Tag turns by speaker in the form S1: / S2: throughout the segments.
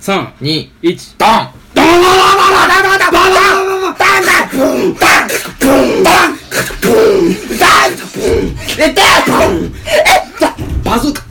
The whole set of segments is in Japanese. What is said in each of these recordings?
S1: 3、
S2: 2、
S1: 1。
S2: ドンドンバズーカ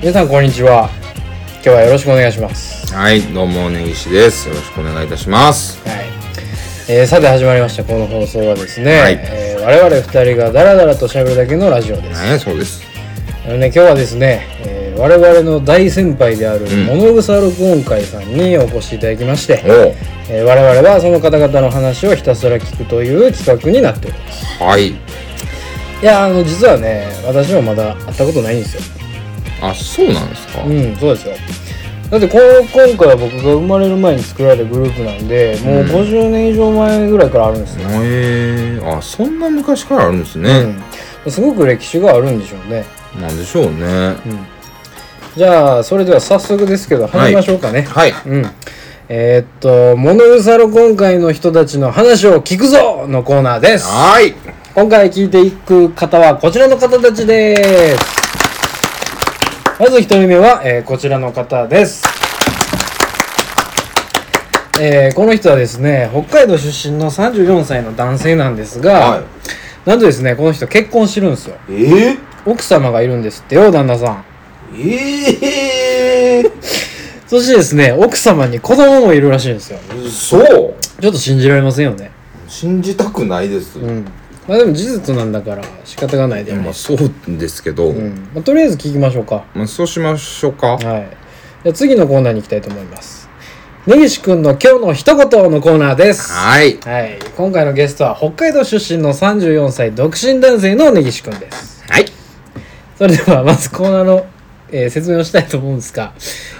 S3: 皆さんこんにちは今日はよろしくお願いします
S2: はい、どうも、根岸です。よろしくお願いいたします。
S3: はい、えーさて始まりましたこの放送はですね、
S2: はい
S3: えー我々二人がダラダラと喋るだけのラジオです、
S2: はい、そうです。
S3: あのね、今日はですね、えー我々の大先輩である
S2: ん
S3: 物草録音会さんにお越しいただきまして、
S2: お
S3: えー我々はその方々の話をひたすら聞くという企画になっております
S2: はい。
S3: いやあの実はね私もまだ会ったことないんですよ
S2: あ、そうなんですか。
S3: うんそうですよだってこの今回は僕が生まれる前に作られたグループなんでもう
S2: うん
S3: 50年以上前ぐらいからあるんですよ、
S2: へえあ、そんな昔からあるんです
S3: う
S2: ね。
S3: ん、すごく歴史があるんでしょうね
S2: なんでしょうね。
S3: じゃあそれでは早速ですけど
S2: はい
S3: 始めましょうかね、
S2: はい。
S3: うんえーっと「モノウサロ今回の人たちの話を聞くぞ!」のコーナーです
S2: はい。
S3: 今回聞いていく方はこちらの方たちですまず一人目は、えーこちらの方です、えーこの人はですね北海道出身の34歳の男性なんですが、
S2: は
S3: なんとですねこの人結婚してるんですよ
S2: い。え
S3: 奥様がいるんですってよ旦那さん
S2: ええ
S3: そしてですね奥様に子供もいるらしいんですよ
S2: そう
S3: ちょっと信じられませんよね
S2: 信じたくないです。
S3: うんまあでも事実なんだから仕方がないで
S2: いやま
S3: も
S2: あ、そうですけど、
S3: うんまあ、とりあえず聞きましょうか
S2: まあ、そうしましょうか。
S3: はい。じゃあ次のコーナーに行きたいと思います。根岸くんの今日の一言のコーナーです。
S2: はい。
S3: はい。今回のゲストは北海道出身の34歳独身男性の根岸くんです。
S2: はい。
S3: それではまずコーナーの、えー説明をしたいと思うんですが、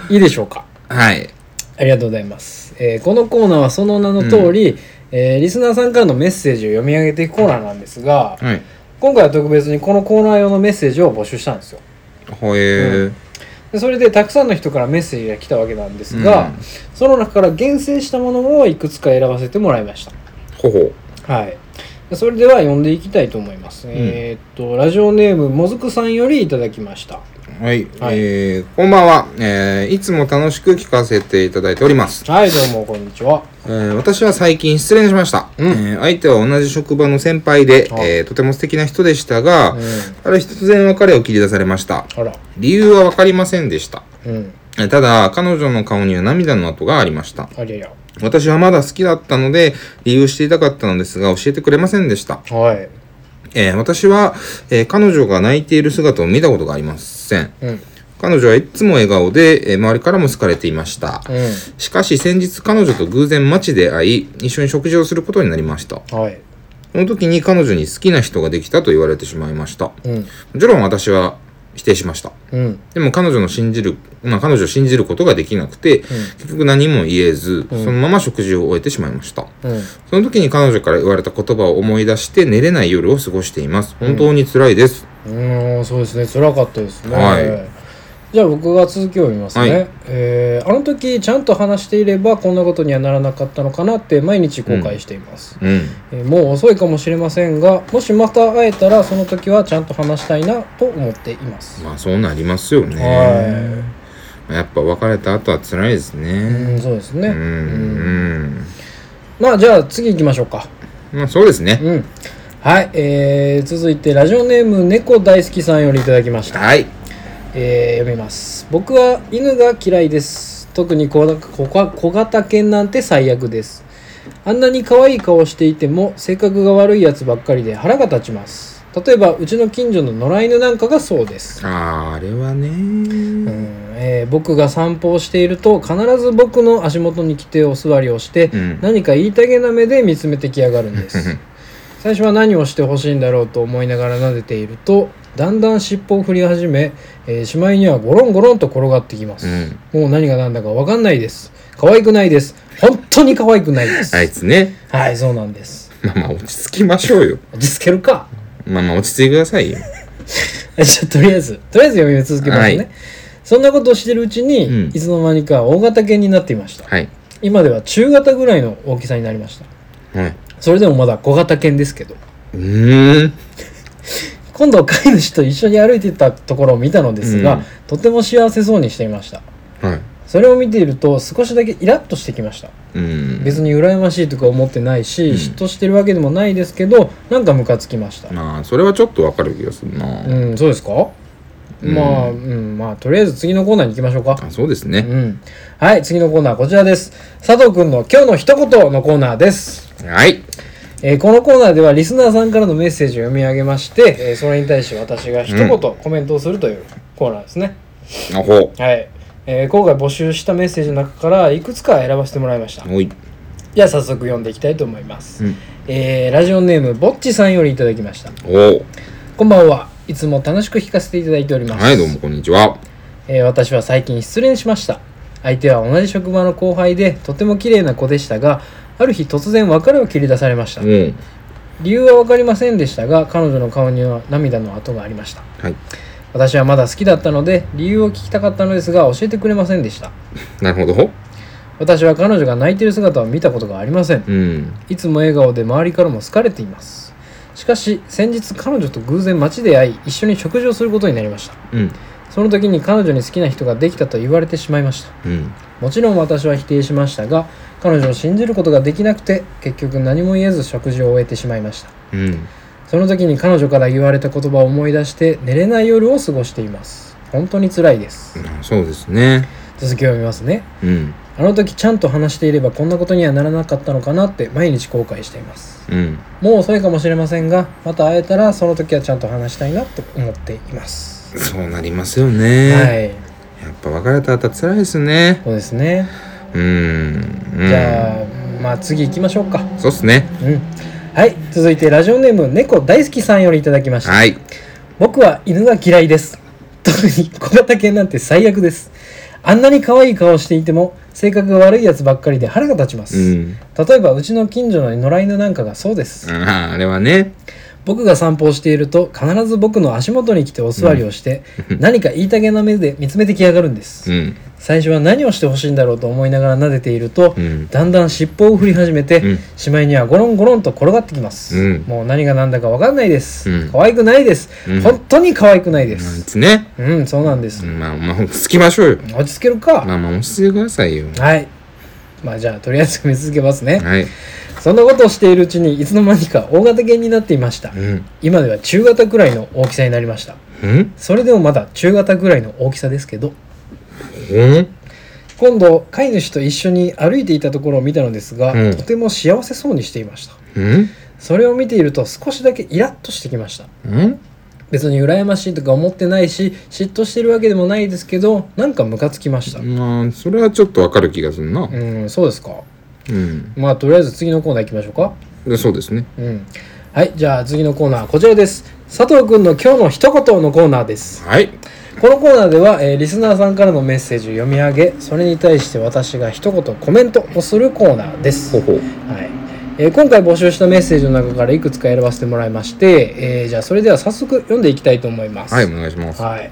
S3: いいでしょうか
S2: はい。
S3: ありがとうございます。えーこのコーナーはその名の通り、えーリスナーさんからのメッセージを読み上げていくコーナーなんですが、
S2: はい。
S3: 今回は特別にこのコーナー用のメッセージを募集したんですよ。
S2: ほえー。
S3: でそれでたくさんの人からメッセージが来たわけなんですが、
S2: うん
S3: その中から厳選したものをいくつか選ばせてもらいまし
S2: ほほ。
S3: たはいでそれでは読んでいきたいと思います、えーっとラジオネームもずくさんよりいただきました
S2: はい。
S3: はい
S2: えー、こんばんは。えー、いつも楽しく聞かせていただいております。
S3: はいどうもこんにちは
S2: えー私は最近失恋しました、えー相手は同じ職場の先輩で、
S3: あ
S2: えーとても素敵な人でしたが、
S3: うん
S2: ある日突然別れを切り出されました
S3: あら
S2: 理由は分かりませんでした
S3: うん
S2: えーただ彼女の顔には涙の跡がありました
S3: ありゃり
S2: 私はまだ好きだったので理由をしていたかったのですが教えてくれませんでした、
S3: ゃはい
S2: えー私は、えー彼女が泣いている姿を見たことがありません
S3: うんうん
S2: 彼女はいつも笑顔で、えー周りからも好かれていました、しかし先日彼女と偶然街で会い一緒に食事をすることになりました
S3: はい
S2: この時に彼女に好きな人ができたと言われてしまいました。も
S3: うん
S2: ちろん私は否定しました。
S3: うん
S2: でも彼女の信じる、まあ彼女を信じることができなくて、結局何も言えず、そのまま食事を終えてしまいました。
S3: うん
S2: その時に彼女から言われた言葉を思い出して寝れない夜を過ごしています。本当に辛いです。
S3: うーんそうですね辛かったですね、
S2: はい
S3: じゃあ僕が続きを読みますね、
S2: はい
S3: えーあの時ちゃんと話していればこんなことにはならなかったのかなって毎日後悔しています、
S2: うん。
S3: えーもう遅いかもしれませんがもしまた会えたらその時はちゃんと話したいなと思っています、
S2: まあそうなりますよね。
S3: は
S2: やっぱ別れた後は辛いです
S3: い、う
S2: ね。
S3: ん、そうですね、
S2: うん。うん。
S3: まあじゃあ次行きましょうか
S2: まあそうですね。
S3: うんはい、えー続いてラジオネーム猫大好きさんよりいただきました
S2: はい。
S3: えー読みます僕は犬が嫌いです特に小型小型小型犬なんて最悪ですあんなに可愛い顔していても性格が悪いやつばっかりで腹が立ちます例えばうちの近所の野良犬なんかがそうです
S2: ああ、あれは
S3: う
S2: ね。
S3: んえー僕が散歩をしていると必ず僕の足元に来てお座りをして、
S2: うん
S3: 何か言いたげな目で見つめてきやがるんです最初は何をしてほしいんだろうと思いながら撫でているとだんだん尻尾を振り始め、えーしまいにはゴロンゴロンと転がってきます、
S2: うん
S3: もう何が何だか分かんないです可愛くないです本当に可愛くないです
S2: あいつね。
S3: はいそうなんです
S2: まあまあ落ち着きましょうよ。
S3: 落ち着けるか
S2: まあまあ落ち着いてくださいよ。
S3: じゃあとりあえずとりあえず読み続けますね、
S2: はい
S3: そんなことをしてるうちに、
S2: うん
S3: いつの間にか大型犬になっていました
S2: はい。
S3: 今では中型ぐらいの大きさになりました
S2: はい。
S3: それでもまだ小型犬ですけど
S2: うーん。
S3: 今度飼い主と一緒に歩いてたところを見たのですが、
S2: うん
S3: とても幸せそうにしていました
S2: はい。
S3: それを見ていると少しだけイラッとしてきました
S2: うん。
S3: 別に羨ましいとか思ってないし、
S2: うん
S3: 嫉妬してるわけでもないですけどなんかムカつきました
S2: まあ、それはちょっとわかる気がするな。
S3: うんそうですか、
S2: うん
S3: まあうんまあとりあえず次のコーナーに行きましょうか
S2: あそうです
S3: う
S2: ね。
S3: んはい次のコーナーこちらです佐藤くんの今日の一言のコーナーです
S2: はい。
S3: えーこのコーナーではリスナーさんからのメッセージを読み上げまして、えーそれに対して私が一言
S2: う
S3: コメントをするというコーナーですね、
S2: あほ
S3: はい、えー今回募集したメッセージの中からいくつか選ばせてもらいました
S2: う。おい。
S3: じゃあ早速読んでいきたいと思います、
S2: うん
S3: えーラジオネームぼっちさんよりいただきました
S2: おう
S3: こんばんはいつも楽しく聞かせていただいております
S2: はい、どうもこんにちは。
S3: えー私は最近失恋しました相手は同じ職場の後輩でとても綺麗な子でしたがある日突然別れを切り出されました
S2: おう
S3: 理由は分かりませんでしたが彼女の顔には涙の跡がありました
S2: はい。
S3: 私はまだ好きだったので理由を聞きたかったのですが教えてくれませんでした
S2: なるほど。
S3: 私は彼女が泣いている姿を見たことがありません
S2: うん。
S3: いつも笑顔で周りからも好かれていますしかし先日彼女と偶然街で会い一緒に食事をすることになりました
S2: うん。
S3: その時に彼女に好きな人ができたと言われてしまいました
S2: うん。
S3: もちろん私は否定しましたが彼女を信じることができなくて結局何も言えず食事を終えてしまいました
S2: うん。
S3: その時に彼女から言われた言葉を思い出して寝れない夜を過ごしています本当に辛いです
S2: あそうですね。
S3: 続きを読みますね
S2: うん。
S3: あの時ちゃんと話していればこんなことにはならなかったのかなって毎日後悔しています
S2: うん。
S3: もう遅いかもしれませんがまた会えたらその時はちゃんと話したいなと思っています、
S2: そうなりますよね。
S3: はい
S2: やっぱ別れた後は辛いですね。
S3: そうですね、
S2: うん。うん
S3: じゃあまあ次行きましょうか
S2: そうっすね。
S3: うんはい続いてラジオネーム猫大好きさんよりいただきました、
S2: はい。
S3: 僕は犬が嫌いです 特に小型犬なんて最悪ですあんなに可愛い顔していても性格が悪いやつばっかりで腹が立ちます、
S2: うん。
S3: 例えばうちの近所の野良犬なんかがそうです、
S2: ああ、あれはね。
S3: 僕が散歩をしていると必ず僕の足元に来てお座りをして、何か言いたげな目で見つめてきやがるんです、
S2: うん。
S3: 最初は何をしてほしいんだろうと思いながら撫でていると、
S2: うん。
S3: だんだん尻尾を振り始めて、
S2: うん
S3: しまいにはゴロンゴロンと転がってきます、
S2: うん
S3: もう何が何だか分かんないです、
S2: うん
S3: 可愛くないです、
S2: うん
S3: 本当に可愛くないで
S2: なん
S3: す
S2: つね。
S3: うん、そうなんです、
S2: まあまあ、落ち着きましょうよ。
S3: 落ち着けるか、
S2: まあまあ、落ち着いてくださいよ。
S3: はいまあじゃあとりあえず見続けますね、
S2: はい。
S3: そんなことをしているうちにいつの間にか大型犬になっていました、
S2: うん。
S3: 今では中型くらいの大きさになりました
S2: うん
S3: それでもまだ中型ぐらいの大きさですけど
S2: うん
S3: 今度飼い主と一緒に歩いていたところを見たのですが、
S2: うん
S3: とても幸せそうにしていました
S2: うん
S3: それを見ていると少しだけイラッとしてきました
S2: うん
S3: 別に羨ましいとか思ってないし嫉妬してるわけでもないですけどなんかムカつきました
S2: まあ、それはちょっとわかる気がするな
S3: う。んそうですか
S2: うん。
S3: まあとりあえず次のコーナー行きましょうか
S2: でそうですね。
S3: うんはいじゃあ次のコーナーこちらです佐藤くんの今日の一言のコーナーです
S2: はい。
S3: このコーナーでは、えーリスナーさんからのメッセージを読み上げそれに対して私が一言コメントをするコーナーで
S2: ほ
S3: す、は
S2: ほ。
S3: いえー今回募集したメッセージの中からいくつか選ばせてもらいまして、えーじゃあそれでは早速読んでいきたいと思います
S2: はい、お願いします。
S3: はい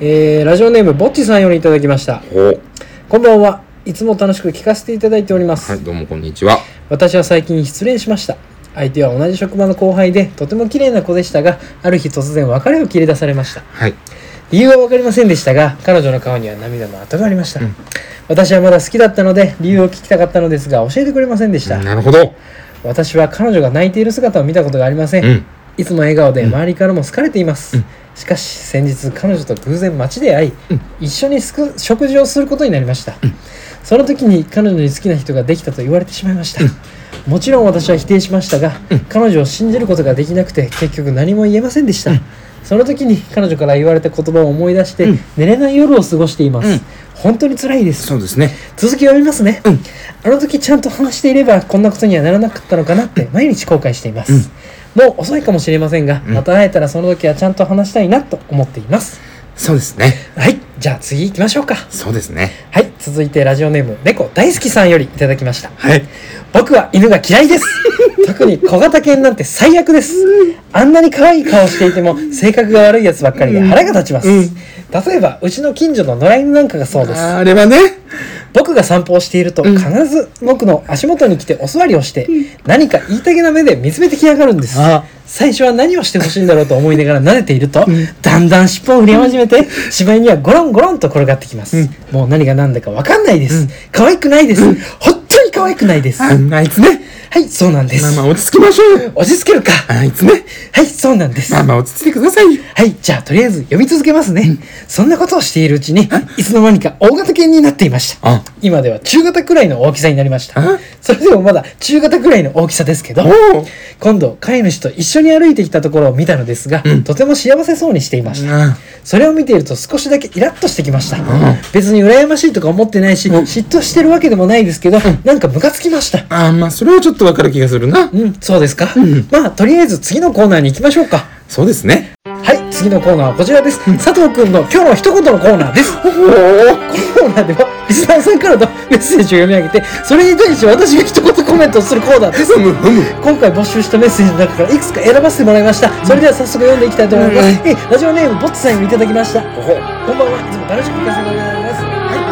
S3: えーラジオネームぼっちさんよりいただきました
S2: ほう。
S3: こんばんはいつも楽しく聞かせていただいております、
S2: はい、どうもこんにちは。
S3: 私は最近失恋しました相手は同じ職場の後輩でとても綺麗な子でしたがある日突然別れを切り出されました
S2: はい。
S3: 理由は分かりませんでしたが彼女の顔には涙の跡がありました、
S2: うん
S3: 私はまだ好きだったので理由を聞きたかったのですが教えてくれませんでした、
S2: なるほど。
S3: 私は彼女が泣いている姿を見たことがありません、
S2: うん。
S3: いつも笑顔で周りからも好かれています、
S2: うん
S3: しかし先日彼女と偶然街で会い、
S2: うん
S3: 一緒にすく食事をすることになりました、その時に彼女に好きな人ができたと言われてしまいました、もちろん私は否定しましたが、彼女を信じることができなくて結局何も言えませんでした、その時に彼女から言われた言葉を思い出して、
S2: うん
S3: 寝れない夜を過ごしています、
S2: うん
S3: 本当に辛いです
S2: そうですね。
S3: 続き読みますね、
S2: うん
S3: あの時ちゃんと話していればこんなことにはならなかったのかなって毎日後悔しています、もう遅いかもしれませんが、
S2: うん
S3: また会えたらその時はちゃんと話したいなと思っています
S2: そうですね。
S3: はいじゃあ次行きましょうか
S2: そうですね。
S3: はい続いてラジオネーム猫大好きさんよりいただきました
S2: はい。
S3: 僕は犬が嫌 いです特に小型犬なんて最悪ですあんなに可愛い顔していても性格が悪いやつばっかりで腹が立ちます、
S2: うん
S3: 例えばうちの近所の野良犬なんかがそうです
S2: あれはね。
S3: 僕が散歩をしていると
S2: うん
S3: 必ず僕の足元に来てお座りをして何か言いたげな目で見つめてきやがるんです
S2: あ
S3: 最初は何をしてほしいんだろうと思いながら撫でているとだんだん尻尾を振り始めて芝居にはゴロンゴロンと転がってきますもう何が何だか分かんないです可愛くないです本当に可愛くないです
S2: あ
S3: は
S2: あいつね。
S3: いそうなんで
S2: まあ
S3: す
S2: まあ落ち着きましょうよ。
S3: 落ち着けるか
S2: あいつね。
S3: はいそうなんです
S2: まあまあ落ち着いてくださいよ。
S3: はい、じゃあとりあえず読み続けますね。そんなことをしているうちに、いつの間にか大型犬になっていました。
S2: あ
S3: 今では中型くらいの大きさになりました
S2: あ。
S3: それでもまだ中型くらいの大きさですけど、
S2: おお。
S3: 今度飼い主と一緒に歩いてきたところを見たのですが、とても幸せそうにしていました。
S2: あ
S3: それを見ていると少しだけイラッとしてきました
S2: ん。
S3: 別に羨ましいとか思ってないし、嫉妬してるわけでもないですけど、なんかムカつきました。
S2: あ、まあそれはちょっとわかる気がするな。
S3: うん、そうですか。まあ、とりあえず次のコーナーに行きましょうか。
S2: そうですね。
S3: はい、次のコーナーはこちらです。佐藤くんの今日の一言のコーナーです。このコーナーでは、リスナーさんからのメッセージを読み上げて、それに対して私が一言コメントをするコーナーです。
S2: ふむふむ。
S3: 今回募集したメッセージの中からいくつか選ばせてもらいました。それでは早速読んでいきたいと思います。
S2: うん
S3: えラジオネーム、ボッツさんにいただきました。こんばんは。いつも楽しく聞かせていただきます。はい